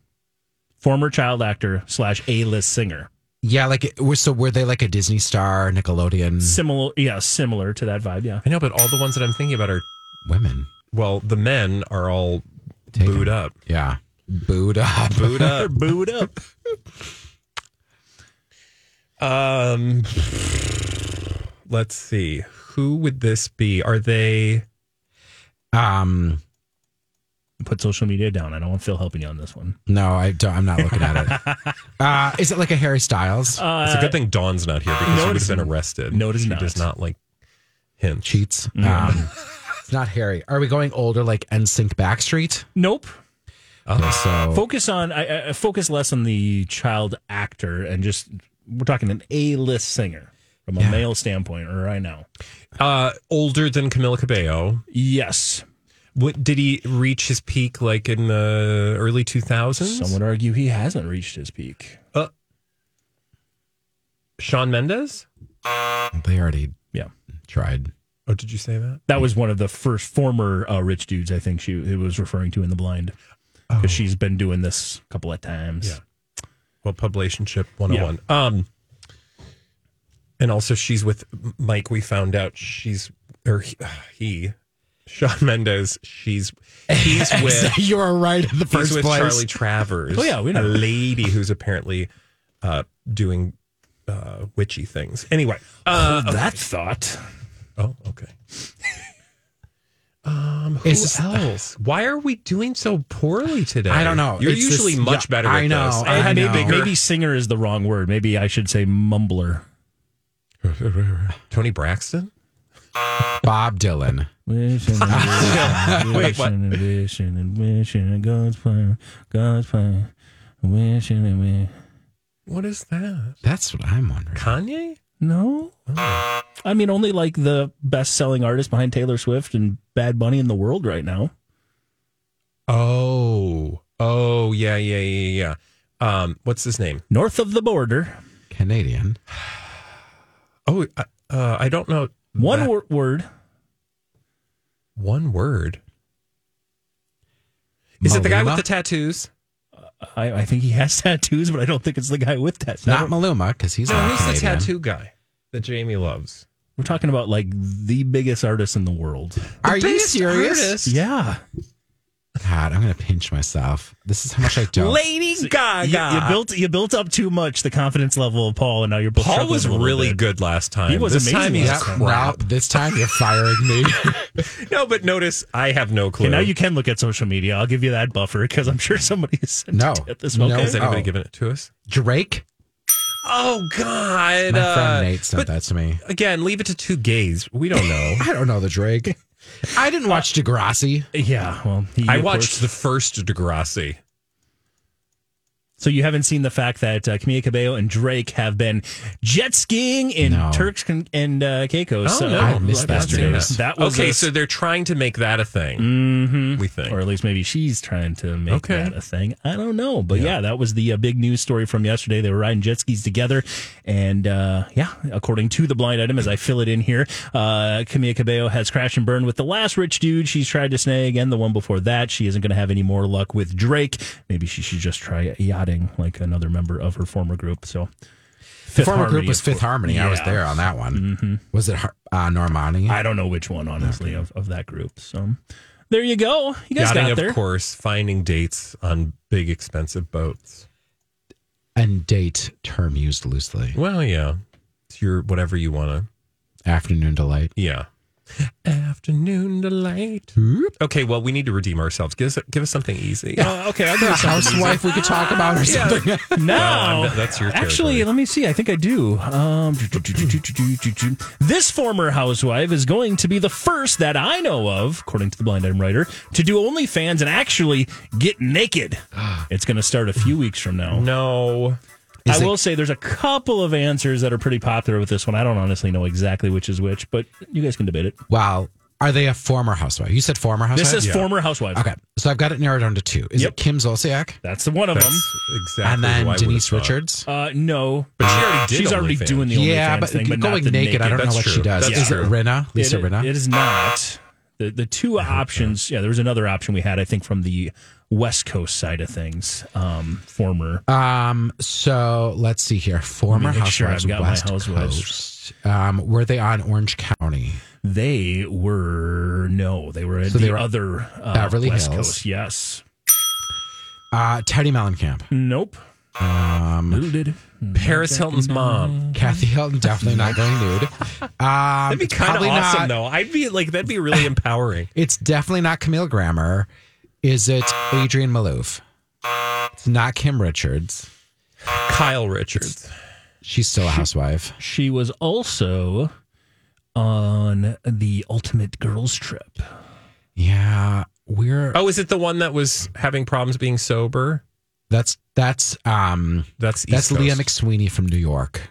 G: Former child actor slash A list singer.
C: Yeah, like it was- so. Were they like a Disney star, Nickelodeon
G: Similar, yeah, similar to that vibe, yeah.
B: I know, but all the ones that I'm thinking about are
C: women?
B: well, the men are all
C: Taken.
B: booed up.
C: Yeah, booed up.
B: Booed
G: They're
B: up.
G: booed up.
B: Um, let's see. Who would this be? Are they?
C: Um,
G: Put social media down. I don't want Phil helping you on this one.
C: no, I don't. I'm not looking at it. Uh, is it like a Harry Styles?
G: Uh,
B: Uh, it's a good thing Dawn's not here because
G: no,
B: she would
G: it
B: have
G: is-
B: been arrested.
G: no, it is
B: she
G: not.
B: does not like Hinch.
C: cheats. Um, it's not Harry. Are we going older like NSYNC Backstreet?
G: Nope.
C: Okay, so
G: Focus on I, I focus less on the child actor and just we're talking an A list singer from a male standpoint right now.
B: Uh, older than Camila Cabello.
G: Yes.
B: What, did he reach his peak like in the early 2000s?
G: Some would argue he hasn't reached his peak.
B: Sean Mendes?
C: they already
G: Yeah.
C: tried.
B: Oh, did you say that?
G: That was one of the first former uh, rich dudes I think she it was referring to in the blind. Because she's been doing this a couple of times.
B: Yeah. Well, Publicationship 101. Um, and also, she's with Mike. We found out she's, or he, uh, he Sean Mendes, she's, he's with,
C: you are right in the
B: he's
C: first
B: with
C: place.
B: Charlie Travers.
G: Oh, yeah, we know.
B: A lady who's apparently uh, doing uh, witchy things. Anyway. Uh,
G: That thought.
B: Oh, okay. um, who
C: Is this-
B: else? Why are we doing so poorly today?
C: I don't know.
B: You're
C: It's
B: usually
C: this-
B: much
C: yeah,
B: better.
C: I
B: at
C: know,
B: This.
C: I
B: And
C: know.
B: Maybe,
G: Maybe singer is the wrong word. Maybe I should say mumbler.
B: Tony Braxton.
C: Bob Dylan.
G: Wishing and wishing,
B: Wait, what?
G: wishing and wishing and wishing and God's plan, God's plan, wishing and wishing.
B: What is that?
C: That's what I'm wondering.
B: Kanye?
G: No, I mean only like the best-selling artist behind Taylor Swift and Bad Bunny in the world right now.
B: Oh, oh yeah, yeah, yeah, yeah. Um, what's his name?
G: North of the border,
C: Canadian.
B: Oh, uh, uh, I don't know.
G: one
B: that-
G: wor- word.
B: one word. Is it the guy with
C: Maluma?
B: the tattoos?
G: I, I think he has tattoos, but I don't think it's the guy with tattoos.
C: Not Maluma because he's
B: No,
C: not
G: Ah,
B: who's Oh, the
C: Canadian.
B: tattoo guy that Jamie loves?
G: We're talking about like the biggest artist in the world.
C: Are you
B: biggest
C: serious?
B: artist.
G: Yeah,
C: God, I'm gonna pinch myself. This is how much I don't.
B: Lady Gaga.
G: you, you built you built up too much the confidence level of Paul, and now you're both
B: Paul
G: struggling
B: was
G: a little
B: really
G: bit.
B: good last time.
G: He was
B: this
G: amazing
B: Time he's
G: last
C: Yep,
B: crap.
C: now this time you're firing me.
B: No, but notice I have no clue.
G: Okay, now you can look at social media. I'll give you that buffer because I'm sure somebody has sent
C: No.
G: it at this
C: No.
G: moment.
B: Has anybody
C: Oh.
B: given it to us?
C: Drake.
B: Oh God!
C: My
B: uh,
C: friend Nate sent
B: but
C: that to me.
B: Again, leave it to two gays. We don't know.
C: I don't know the Drake. I didn't watch Degrassi.
G: Yeah, well, he,
B: I
G: of
B: watched
G: course-
B: the first Degrassi.
G: so you haven't seen the fact that uh, Camila Cabello and Drake have been jet skiing in
C: No.
G: Turks con- and uh, Caicos. so
C: I missed
B: I've not
C: that
B: seen
C: today.
G: That was
B: Oh, okay.
G: a- Mm.
B: so they're trying to make that a thing. We think.
G: Mm-hmm. Or at least maybe she's trying to make
B: Okay.
G: that a thing. I don't know, but yeah, that was the uh, big news story from yesterday. They were riding jet skis together, and uh, yeah, according to the blind item, as I fill it in here, uh, Camila Cabello has crashed and burned with the last rich dude she's tried to snag, and the one before that. She isn't going to have any more luck with Drake. Maybe she should just try yachting like another member of her former group. So.
C: The
G: Fifth
C: former group
G: Harmony,
C: was
G: of
C: Fifth
G: course.
C: Harmony. I was
G: Yeah.
C: there on that one. Was it Har- uh, Normani?
G: I don't know which one, honestly, of, of that group. So there you go. You guys
B: Yachting,
G: got there.
B: of course, finding dates on big expensive boats.
C: and date term used loosely.
B: Well, yeah, it's your whatever you want to.
C: Afternoon delight.
B: Yeah. Afternoon delight. Okay, well, we need to redeem ourselves. Give us give us something easy.
G: Uh, okay, I'll give you something easy.
C: Housewife, we could talk about or something.
G: No,
B: Well, I'm- that's your
G: Actually,
B: territory.
G: let me see. I think I do. Um, this former housewife is going to be the first that I know of, according to the blind item writer, to do OnlyFans and actually get naked. It's going to start a few weeks from now.
B: No.
G: I
C: it-
G: will say there's a couple of answers that are pretty popular with this one. I don't honestly know exactly which is which, but you guys can debate it.
C: Wow. Are they a former housewife? You said former housewife?
G: This is former housewife.
C: Okay. So I've got it narrowed down to two. Is
G: Yep.
C: it Kim Zolciak?
G: That's the one of them.
B: That's exactly
C: and
B: who I
C: then
B: would've
C: Denise
B: thought.
C: Richards?
G: Uh, no,
B: But she already did
G: she's already
B: OnlyFans.
G: doing the OnlyFans
C: yeah, but,
G: thing, but not
C: going
G: the
C: naked, I don't know
B: That's
C: what
B: true.
C: she does.
B: That's
C: is
B: true.
C: it Rinna? Lisa
G: it,
C: Rinna?
G: It is not. The the two options. Yeah, there was another option we had. I think from the West Coast side of things. Um, former.
B: Uh,
C: Um, so let's see here. Former
G: Let me make sure
C: housewives
G: I've got my
C: West
G: housewives.
C: Coast. Um, were they on Orange County?
G: They were no. They were at
C: So
G: the
C: they were
G: other uh,
C: Beverly
G: West
C: Hills.
G: Coast. Yes.
C: Uh, Teddy Mellencamp.
B: Mm-hmm.
G: Nope.
C: Um,
G: Booted.
B: Paris Hilton's mom.
C: Kathy Hilton definitely not going nude. Um,
B: That'd be kind of
C: probably
B: awesome,
C: not-
B: though. I'd be like, that'd be really empowering.
C: It's definitely not Camille Grammer. Is it Adrian Malouf? It's not Kim Richards.
B: Kyle Richards.
C: She's still a housewife.
G: She was also on the ultimate girls trip.
C: Yeah, we're
B: Oh, is it the one that was having problems being sober?
C: that's that's um
B: That's East
C: that's Leah
B: Coast.
C: McSweeney from New York.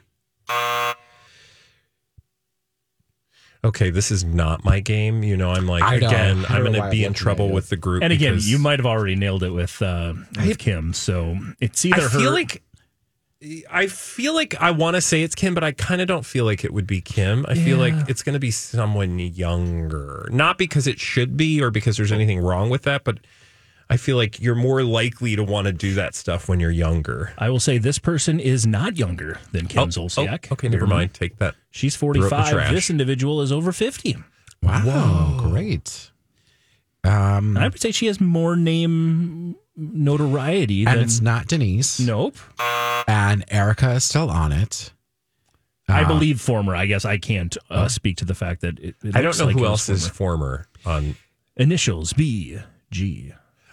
B: okay, this is not my game. You know, I'm like
C: I know.
B: again,
C: I
B: I'm
C: don't know
B: going
C: why
B: to
C: I'm
B: be in
C: looking at
B: trouble
C: you.
B: with the group.
G: And again,
B: because
G: you might have already nailed it with uh, with Kim. So it's either
B: I feel
G: her.
B: like I feel like I want to say it's Kim, but I kind of don't feel like it would be Kim. I feel like it's going to be someone younger, not because it should be or because there's anything wrong with that, but I feel like you're more likely to want to do that stuff when you're younger.
G: I will say this person is not younger than Kim Zolciak.
B: Oh, okay, never mind. Take that.
G: She's
B: the
G: 45.
B: trash. Hmm.
G: This individual is over 50.
C: Wow, great. Um,
G: I would say she has more name notoriety
C: and
G: than.
C: it's not Denise.
G: nope.
C: and Erica is still on it.
G: I
B: Ah.
C: Uh,
G: believe former. I guess I can't uh, speak to the fact that it, it
B: I don't
G: looks
B: know
G: like
B: who
G: it was
B: else is
G: former.
B: former on
G: Initials B G.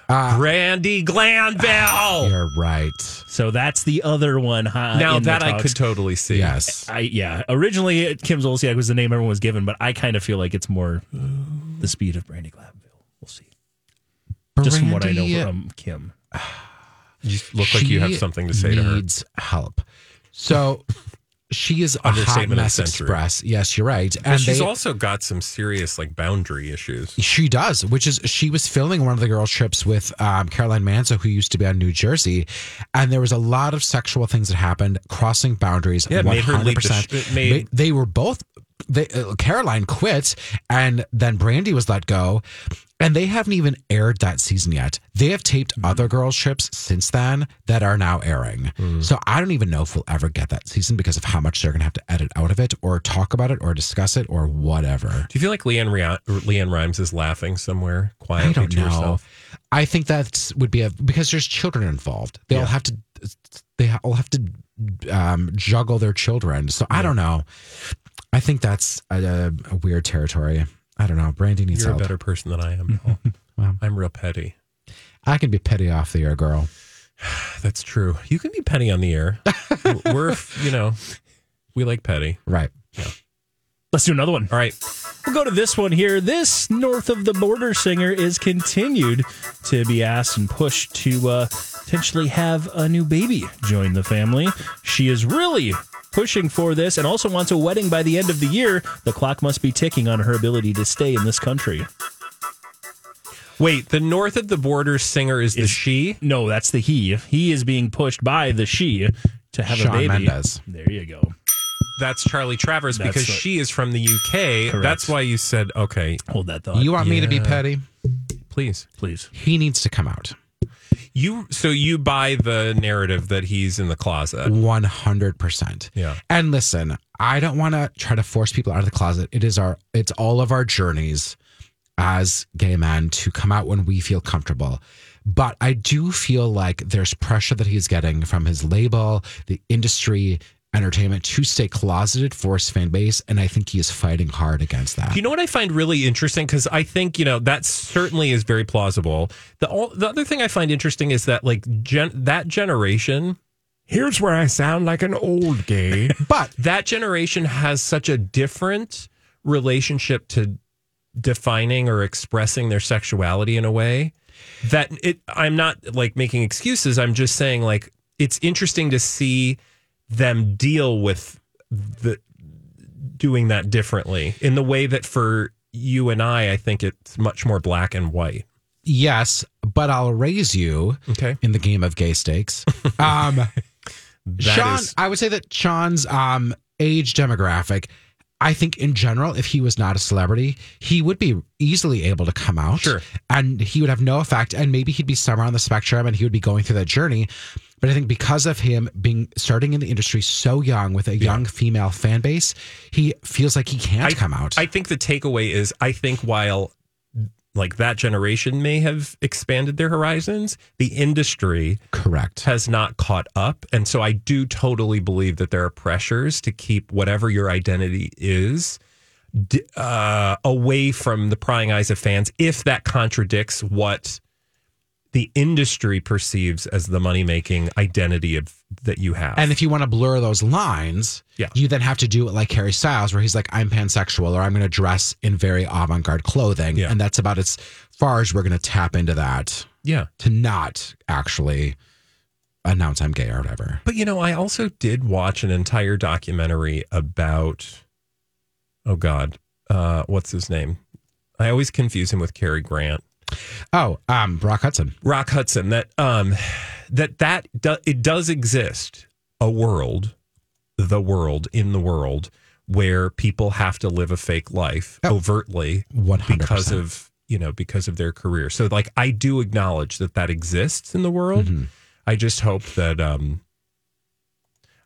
B: Randy Glanville.
C: You're right.
G: So that's the other one. Huh,
B: now
G: in the
B: that I
G: talks.
B: could totally see.
C: Yes.
G: I yeah. Originally, uh, Kim Zolciak was the name everyone was given, but I kind of feel like it's more the speed of Brandy Glanville. We'll see. Just from what I know
C: Brandy
B: uh,
G: from Kim.
B: You um, look like you have
C: she
B: something to say to her.
C: Needs help. So she is a hot
B: Understatement of
C: mess
B: the century.
C: express. Yes, you're right.
B: And
C: And
B: she's
C: they,
B: also got some serious like boundary issues.
C: she does, which is she was filming one of the girl trips with um, Caroline Manso, who used to be on New Jersey, and there was a lot of sexual things that happened, crossing boundaries.
B: Yeah, it made her leave the
C: 100%.
B: sh- it made-
C: they, they were both. They, uh, Caroline quit, and then Brandy was let go, and they haven't even aired that season yet. They have taped
B: Mm-hmm.
C: other girls' trips since then that are now airing.
B: Mm.
C: So I don't even know if we'll ever get that season because of how much they're going to have to edit out of it, or talk about it, or discuss it, or whatever.
B: Do you feel like Leanne, Ria- Leanne Rhymes is laughing somewhere quietly
C: I don't
B: to
C: know.
B: herself?
C: I think that would be a because there's children involved. They all have to they all have to um, juggle their children. So I don't know. I think that's a, a weird territory. I don't know. Brandy needs
B: You're a
C: help.
B: better person than I am. Paul. I'm real petty.
C: I can be petty off the air, girl.
B: That's true. You can be petty on the air. We're, you know, we like petty.
C: Right.
G: Let's do another one.
B: All right.
G: We'll go to this one here. This north of the border singer is continued to be asked and pushed to uh, potentially have a new baby join the family. She is really pushing for this and also wants a wedding by the end of the year. The clock must be ticking on her ability to stay in this country.
B: Wait, the north of the border singer is, the
G: Is-
B: she?
G: No, that's the he. He is being pushed by the she to have
C: Shawn
G: a baby.
C: Mendes.
G: There you go.
B: That's Charlie Travers
G: That's
B: because
G: what-
B: she is from the UK.
G: Correct.
B: That's why you said, okay,
G: Hold that thought.
C: You want me to be petty?
B: please.
G: please.
C: He needs to come out.
B: You so you buy the narrative that he's in the closet.
C: One hundred percent.
B: Yeah.
C: And listen, I don't want to try to force people out of the closet. It is our, it's all of our journeys as gay men to come out when we feel comfortable. But I do feel like there's pressure that he's getting from his label, the industry, entertainment to stay closeted for his fan base. And I think he is fighting hard against that.
B: You know what I find really interesting because I think you know that certainly is very plausible. The all, the other thing I find interesting is that like gen, that generation. Here's where I sound like an old gay.
C: but
B: that generation has such a different relationship to defining or expressing their sexuality in a way that it I'm not like making excuses I'm just saying like it's interesting to see them deal with the doing that differently in the way that for you and I I think it's much more black and white
C: yes, but I'll raise you
B: okay
C: in the game of gay stakes. Um,
B: that is
C: Sean, I would say that Sean's um, age demographic, I think in general, if he was not a celebrity, he would be easily able to come out.
B: Sure.
C: And he would have no effect. And maybe he'd be somewhere on the spectrum and he would be going through that journey. But I think because of him being starting in the industry so young with a young female fan base, he feels like he can't come out.
B: I think the takeaway is I think while like that generation may have expanded their horizons, the industry
C: Correct.
B: has not caught up. And so I do totally believe that there are pressures to keep whatever your identity is d- uh, away from the prying eyes of fans if that contradicts what the industry perceives as the money making identity of that you have.
C: And if you want to blur those lines,
B: Yeah.
C: you then have to do it like Harry Styles, where he's like, I'm pansexual or I'm going to dress in very avant garde clothing.
B: Yeah.
C: And that's about as far as we're going to tap into that
B: yeah.
C: to not actually announce I'm gay or whatever.
B: But you know, I also did watch an entire documentary about oh god, uh what's his name? I always confuse him with Cary Grant.
C: Oh, um, Brock Hudson.
B: Rock Hudson that um that that do, it does exist a world the world in the world where people have to live a fake life
C: Oh.
B: overtly
C: 100%.
B: because of you know because of their career so like i do acknowledge that that exists in the world i just hope that um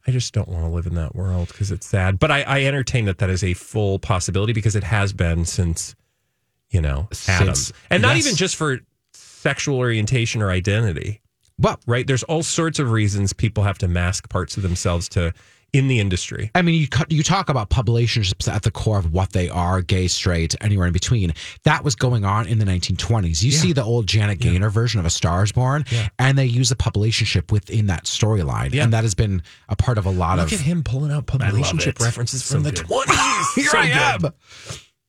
B: i just don't want to live in that world because it's sad but i i entertain that that is a full possibility because it has been since you know adam
C: Since-
B: and not
C: yes.
B: even just for sexual orientation or identity
C: Well,
B: right there's all sorts of reasons people have to mask parts of themselves to in the industry
C: I mean, you cut- you talk about publicationships at the core of what they are, gay, straight, anywhere in between. That was going on in the 1920s. You see the old Janet Gaynor version of A Star Is Born, and they use a publicationship within that storyline,
B: Yeah.
C: and that has been a part of a lot
B: look
C: of.
B: at him pulling out
G: love
B: relationship
G: it.
B: references from
G: So
B: the
G: good.
B: 20s
C: Here
B: So
C: I
B: good.
C: am.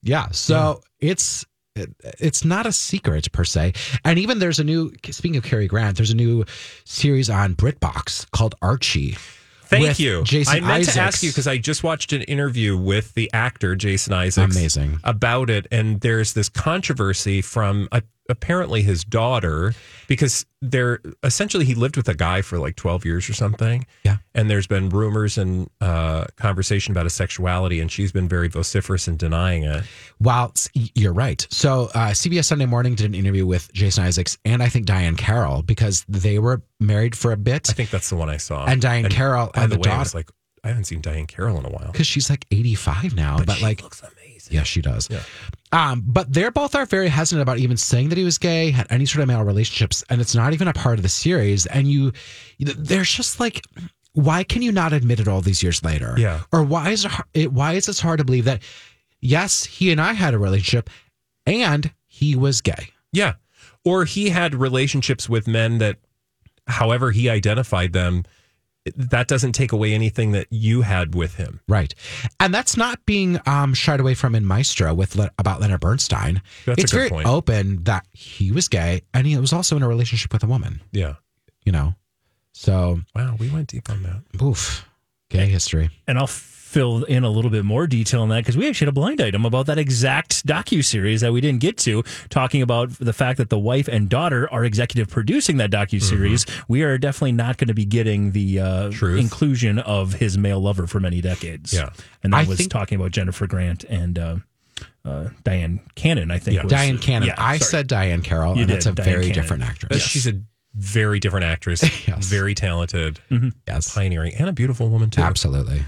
C: Yeah, so it's it- it's not a secret per se, and even there's a new. Speaking of Cary Grant, there's a new series on BritBox called Archie.
B: Thank
C: with
B: you.
C: Jason
B: I meant
C: Isaacs.
B: to ask you because I just watched an interview with the actor Jason Isaacs
C: Amazing.
B: about it, and there's this controversy from uh, apparently his daughter because they're essentially he lived with a guy for like 12 years or something.
C: Yeah.
B: and there's been rumors and uh, conversation about his sexuality, and she's been very vociferous in denying it.
C: Well, s- you're right. So uh, CBS Sunday Morning did an interview with Jason Isaacs and I think Diane Carroll because they were married for a bit
B: I think that's the one I saw.
C: And Diane Carroll
B: By
C: and
B: the,
C: the
B: way, I was like, I haven't seen Diane Carroll in a while.
C: because she's like 85 now, but,
B: she
C: like,
B: looks amazing.
C: yeah, she does. Um, but they're both are very hesitant about even saying that he was gay, had any sort of male relationships, and it's not even a part of the series. And you, there's just like, why can you not admit it all these years later?
B: Yeah.
C: Or why is it, har- it why is it hard to believe that yes, he and I had a relationship, and he was gay.
B: Yeah. Or he had relationships with men that, however, he identified them, that doesn't take away anything that you had with him.
C: Right. And that's not being um, shied away from in Maestro with Le- about Leonard Bernstein.
B: That's a
C: it's
B: good
C: very
B: point.
C: open that he was gay and he was also in a relationship with a woman,
B: Yeah.
C: you know? So,
B: Wow. We went deep on that.
C: oof, gay history.
G: and I'll fill in a little bit more detail on that because we actually had a blind item about that exact docu series that we didn't get to, talking about the fact that the wife and daughter are executive producing that docu series. We are definitely not going to be getting the uh,
B: Truth.
G: inclusion of his male lover for many decades.
B: Yeah.
G: and that
C: I
G: was
C: think-
G: talking about Jennifer Grant and uh, uh, Diane Cannon. I think was-
C: Diane Cannon.
G: Yeah,
C: I
G: sorry.
C: said Diane Carroll,
G: You
C: and
G: did,
C: that's a
G: Diane
C: very
G: Cannon.
C: different actress.
B: But She's a very different actress,
C: Yes. Mm.
B: very talented,
C: Yes.
B: pioneering, and a beautiful woman, too.
C: Absolutely.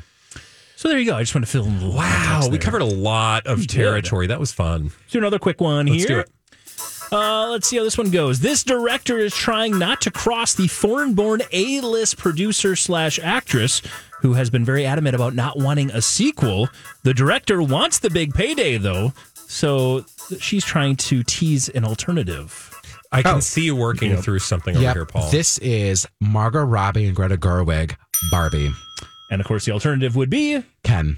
G: So there you go. I just want to fill in a little
B: Wow.
G: context
B: We
G: there.
B: covered a lot of territory. That was fun.
G: do another quick one
B: Let's
G: here.
B: do it.
G: Uh, let's see how this one goes. This director is trying not to cross the foreign-born A-list producer slash actress who has been very adamant about not wanting a sequel. The director wants the big payday though, so she's trying to tease an alternative.
B: I can see you working through something over
C: Oh. Yep.
B: here, Paul.
C: This is Margot Robbie and Greta Gerwig, Barbie.
G: And of course, the alternative would be
C: Ken.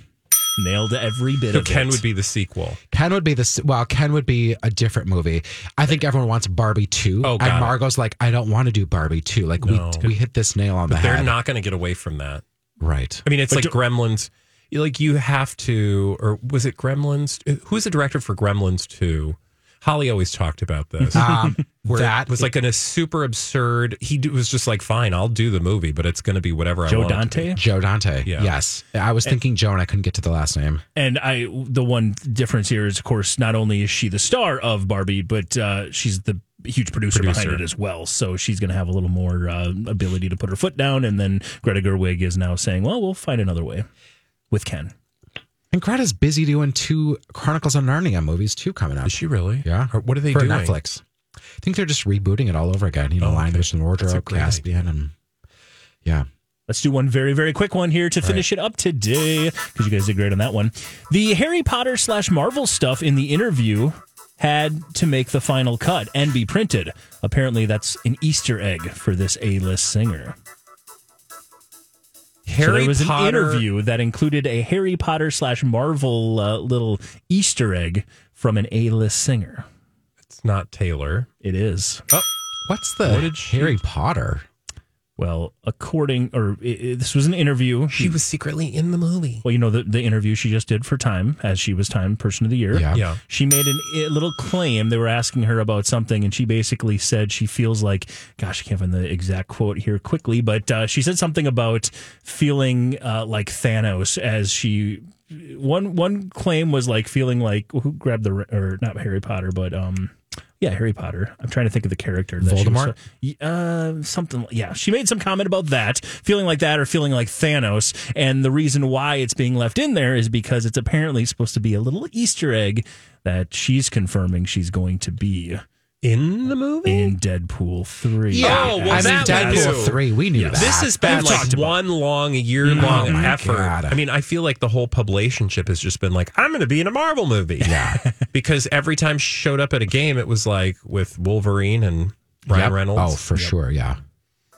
G: nailed every bit
B: so
G: of
B: Ken
G: it.
B: would be the sequel.
C: Ken would be this. Well, Ken would be a different movie. I think everyone wants Barbie two.
B: Oh, got
C: and
B: it.
C: Margot's like, I don't want to do Barbie two. Like
B: No.
C: we we hit this nail on the
B: They're
C: head.
B: not going to get away from that.
C: right.
B: I mean, it's
G: But
B: like
G: do-
B: Gremlins. You- Like you have to, or was it Gremlins? Who's the director for Gremlins Two? Holly always talked about this.
C: Um,
B: where
C: that
B: it was like an, a super absurd. He d- was just like, "Fine, I'll do the movie, but it's going to be whatever I
G: Joe
B: want." it to
G: Dante.
B: be."
C: Joe Dante.
B: Yeah.
C: Yes, I was thinking Joe, and I couldn't get to the last name.
G: And I, the one difference here is, of course, not only is she the star of Barbie, but uh, she's the huge producer, behind
B: Producer.
G: it as well. So she's going to have a little more uh, ability to put her foot down. And then Greta Gerwig is now saying, "Well, we'll find another way with Ken."
C: And Greta's busy doing two Chronicles of Narnia movies too coming up.
B: Is she really?
C: Yeah.
B: Or what are they
C: for
B: doing?
C: Netflix. I think they're just rebooting it all over again. You know,
B: Oh,
C: Lion,
B: okay.
C: Witch, and the
B: That's a
C: Wardrobe,
B: great
C: Caspian, and yeah.
G: Let's do one very, very quick one here to finish it up today because you guys did great on that one. The Harry Potter slash Marvel stuff in the interview had to make the final cut and be printed. Apparently, that's an Easter egg for this A list singer. So
B: Harry
G: there was
B: Potter.
G: an interview that included a Harry Potter slash Marvel uh, little Easter egg from an A-list singer.
B: It's not Taylor.
G: It is
C: What's the
B: What did she- Oh,
C: Harry Potter?
G: well, according or i i- this was an interview.
B: She was secretly in the movie.
G: well, you know the the interview she just did for Time as she was Time Person of the Year.
C: Yeah.
B: Yeah.
G: She made an, a little claim. They were asking her about something, and she basically said she feels like, gosh, I can't find the exact quote here quickly, but uh, she said something about feeling uh, like Thanos as she. One one claim was like feeling like who grabbed the ri- or not Harry Potter, but um. Yeah, Harry Potter. I'm trying to think of the character. That she was-
C: Voldemort?
G: Y- uh, something. Yeah, she made some comment about that, feeling like that or feeling like Thanos. And the reason why it's being left in there is because it's apparently supposed to be a little Easter egg that she's confirming she's going to be
B: In the movie?
G: in Deadpool three.
B: Yeah. Oh, well,
C: I mean,
B: that was-
C: Deadpool 3, we knew that.
B: This has been
C: We've
B: like
C: talked about-
B: one long, year long
C: Oh my
B: effort.
C: God.
B: I mean, I feel like the whole publicationship has just been like, I'm going to be in a Marvel movie. Yeah. because every time she showed up at a game, it was like with Wolverine and Ryan
C: Yep.
B: Reynolds.
C: Oh, for sure. Yeah.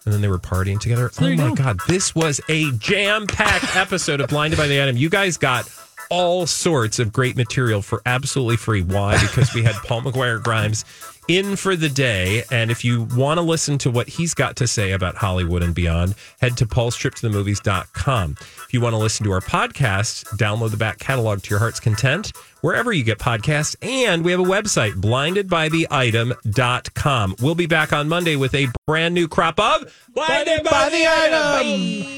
B: And then they were partying together. oh
G: there
B: my
G: you go.
B: God. This was a jam packed episode of Blinded by the Atom. You guys got all sorts of great material for absolutely free. Why? Because we had Paul McGuire Grimes in for the day. And if you want to listen to what he's got to say about Hollywood and beyond, head to paulstriptothemovies.com. If you want to listen to our podcast, download the back catalog to your heart's content, wherever you get podcasts. And we have a website, blindedbytheitem.com. We'll be back on Monday with a brand new crop of Blinded by the Item.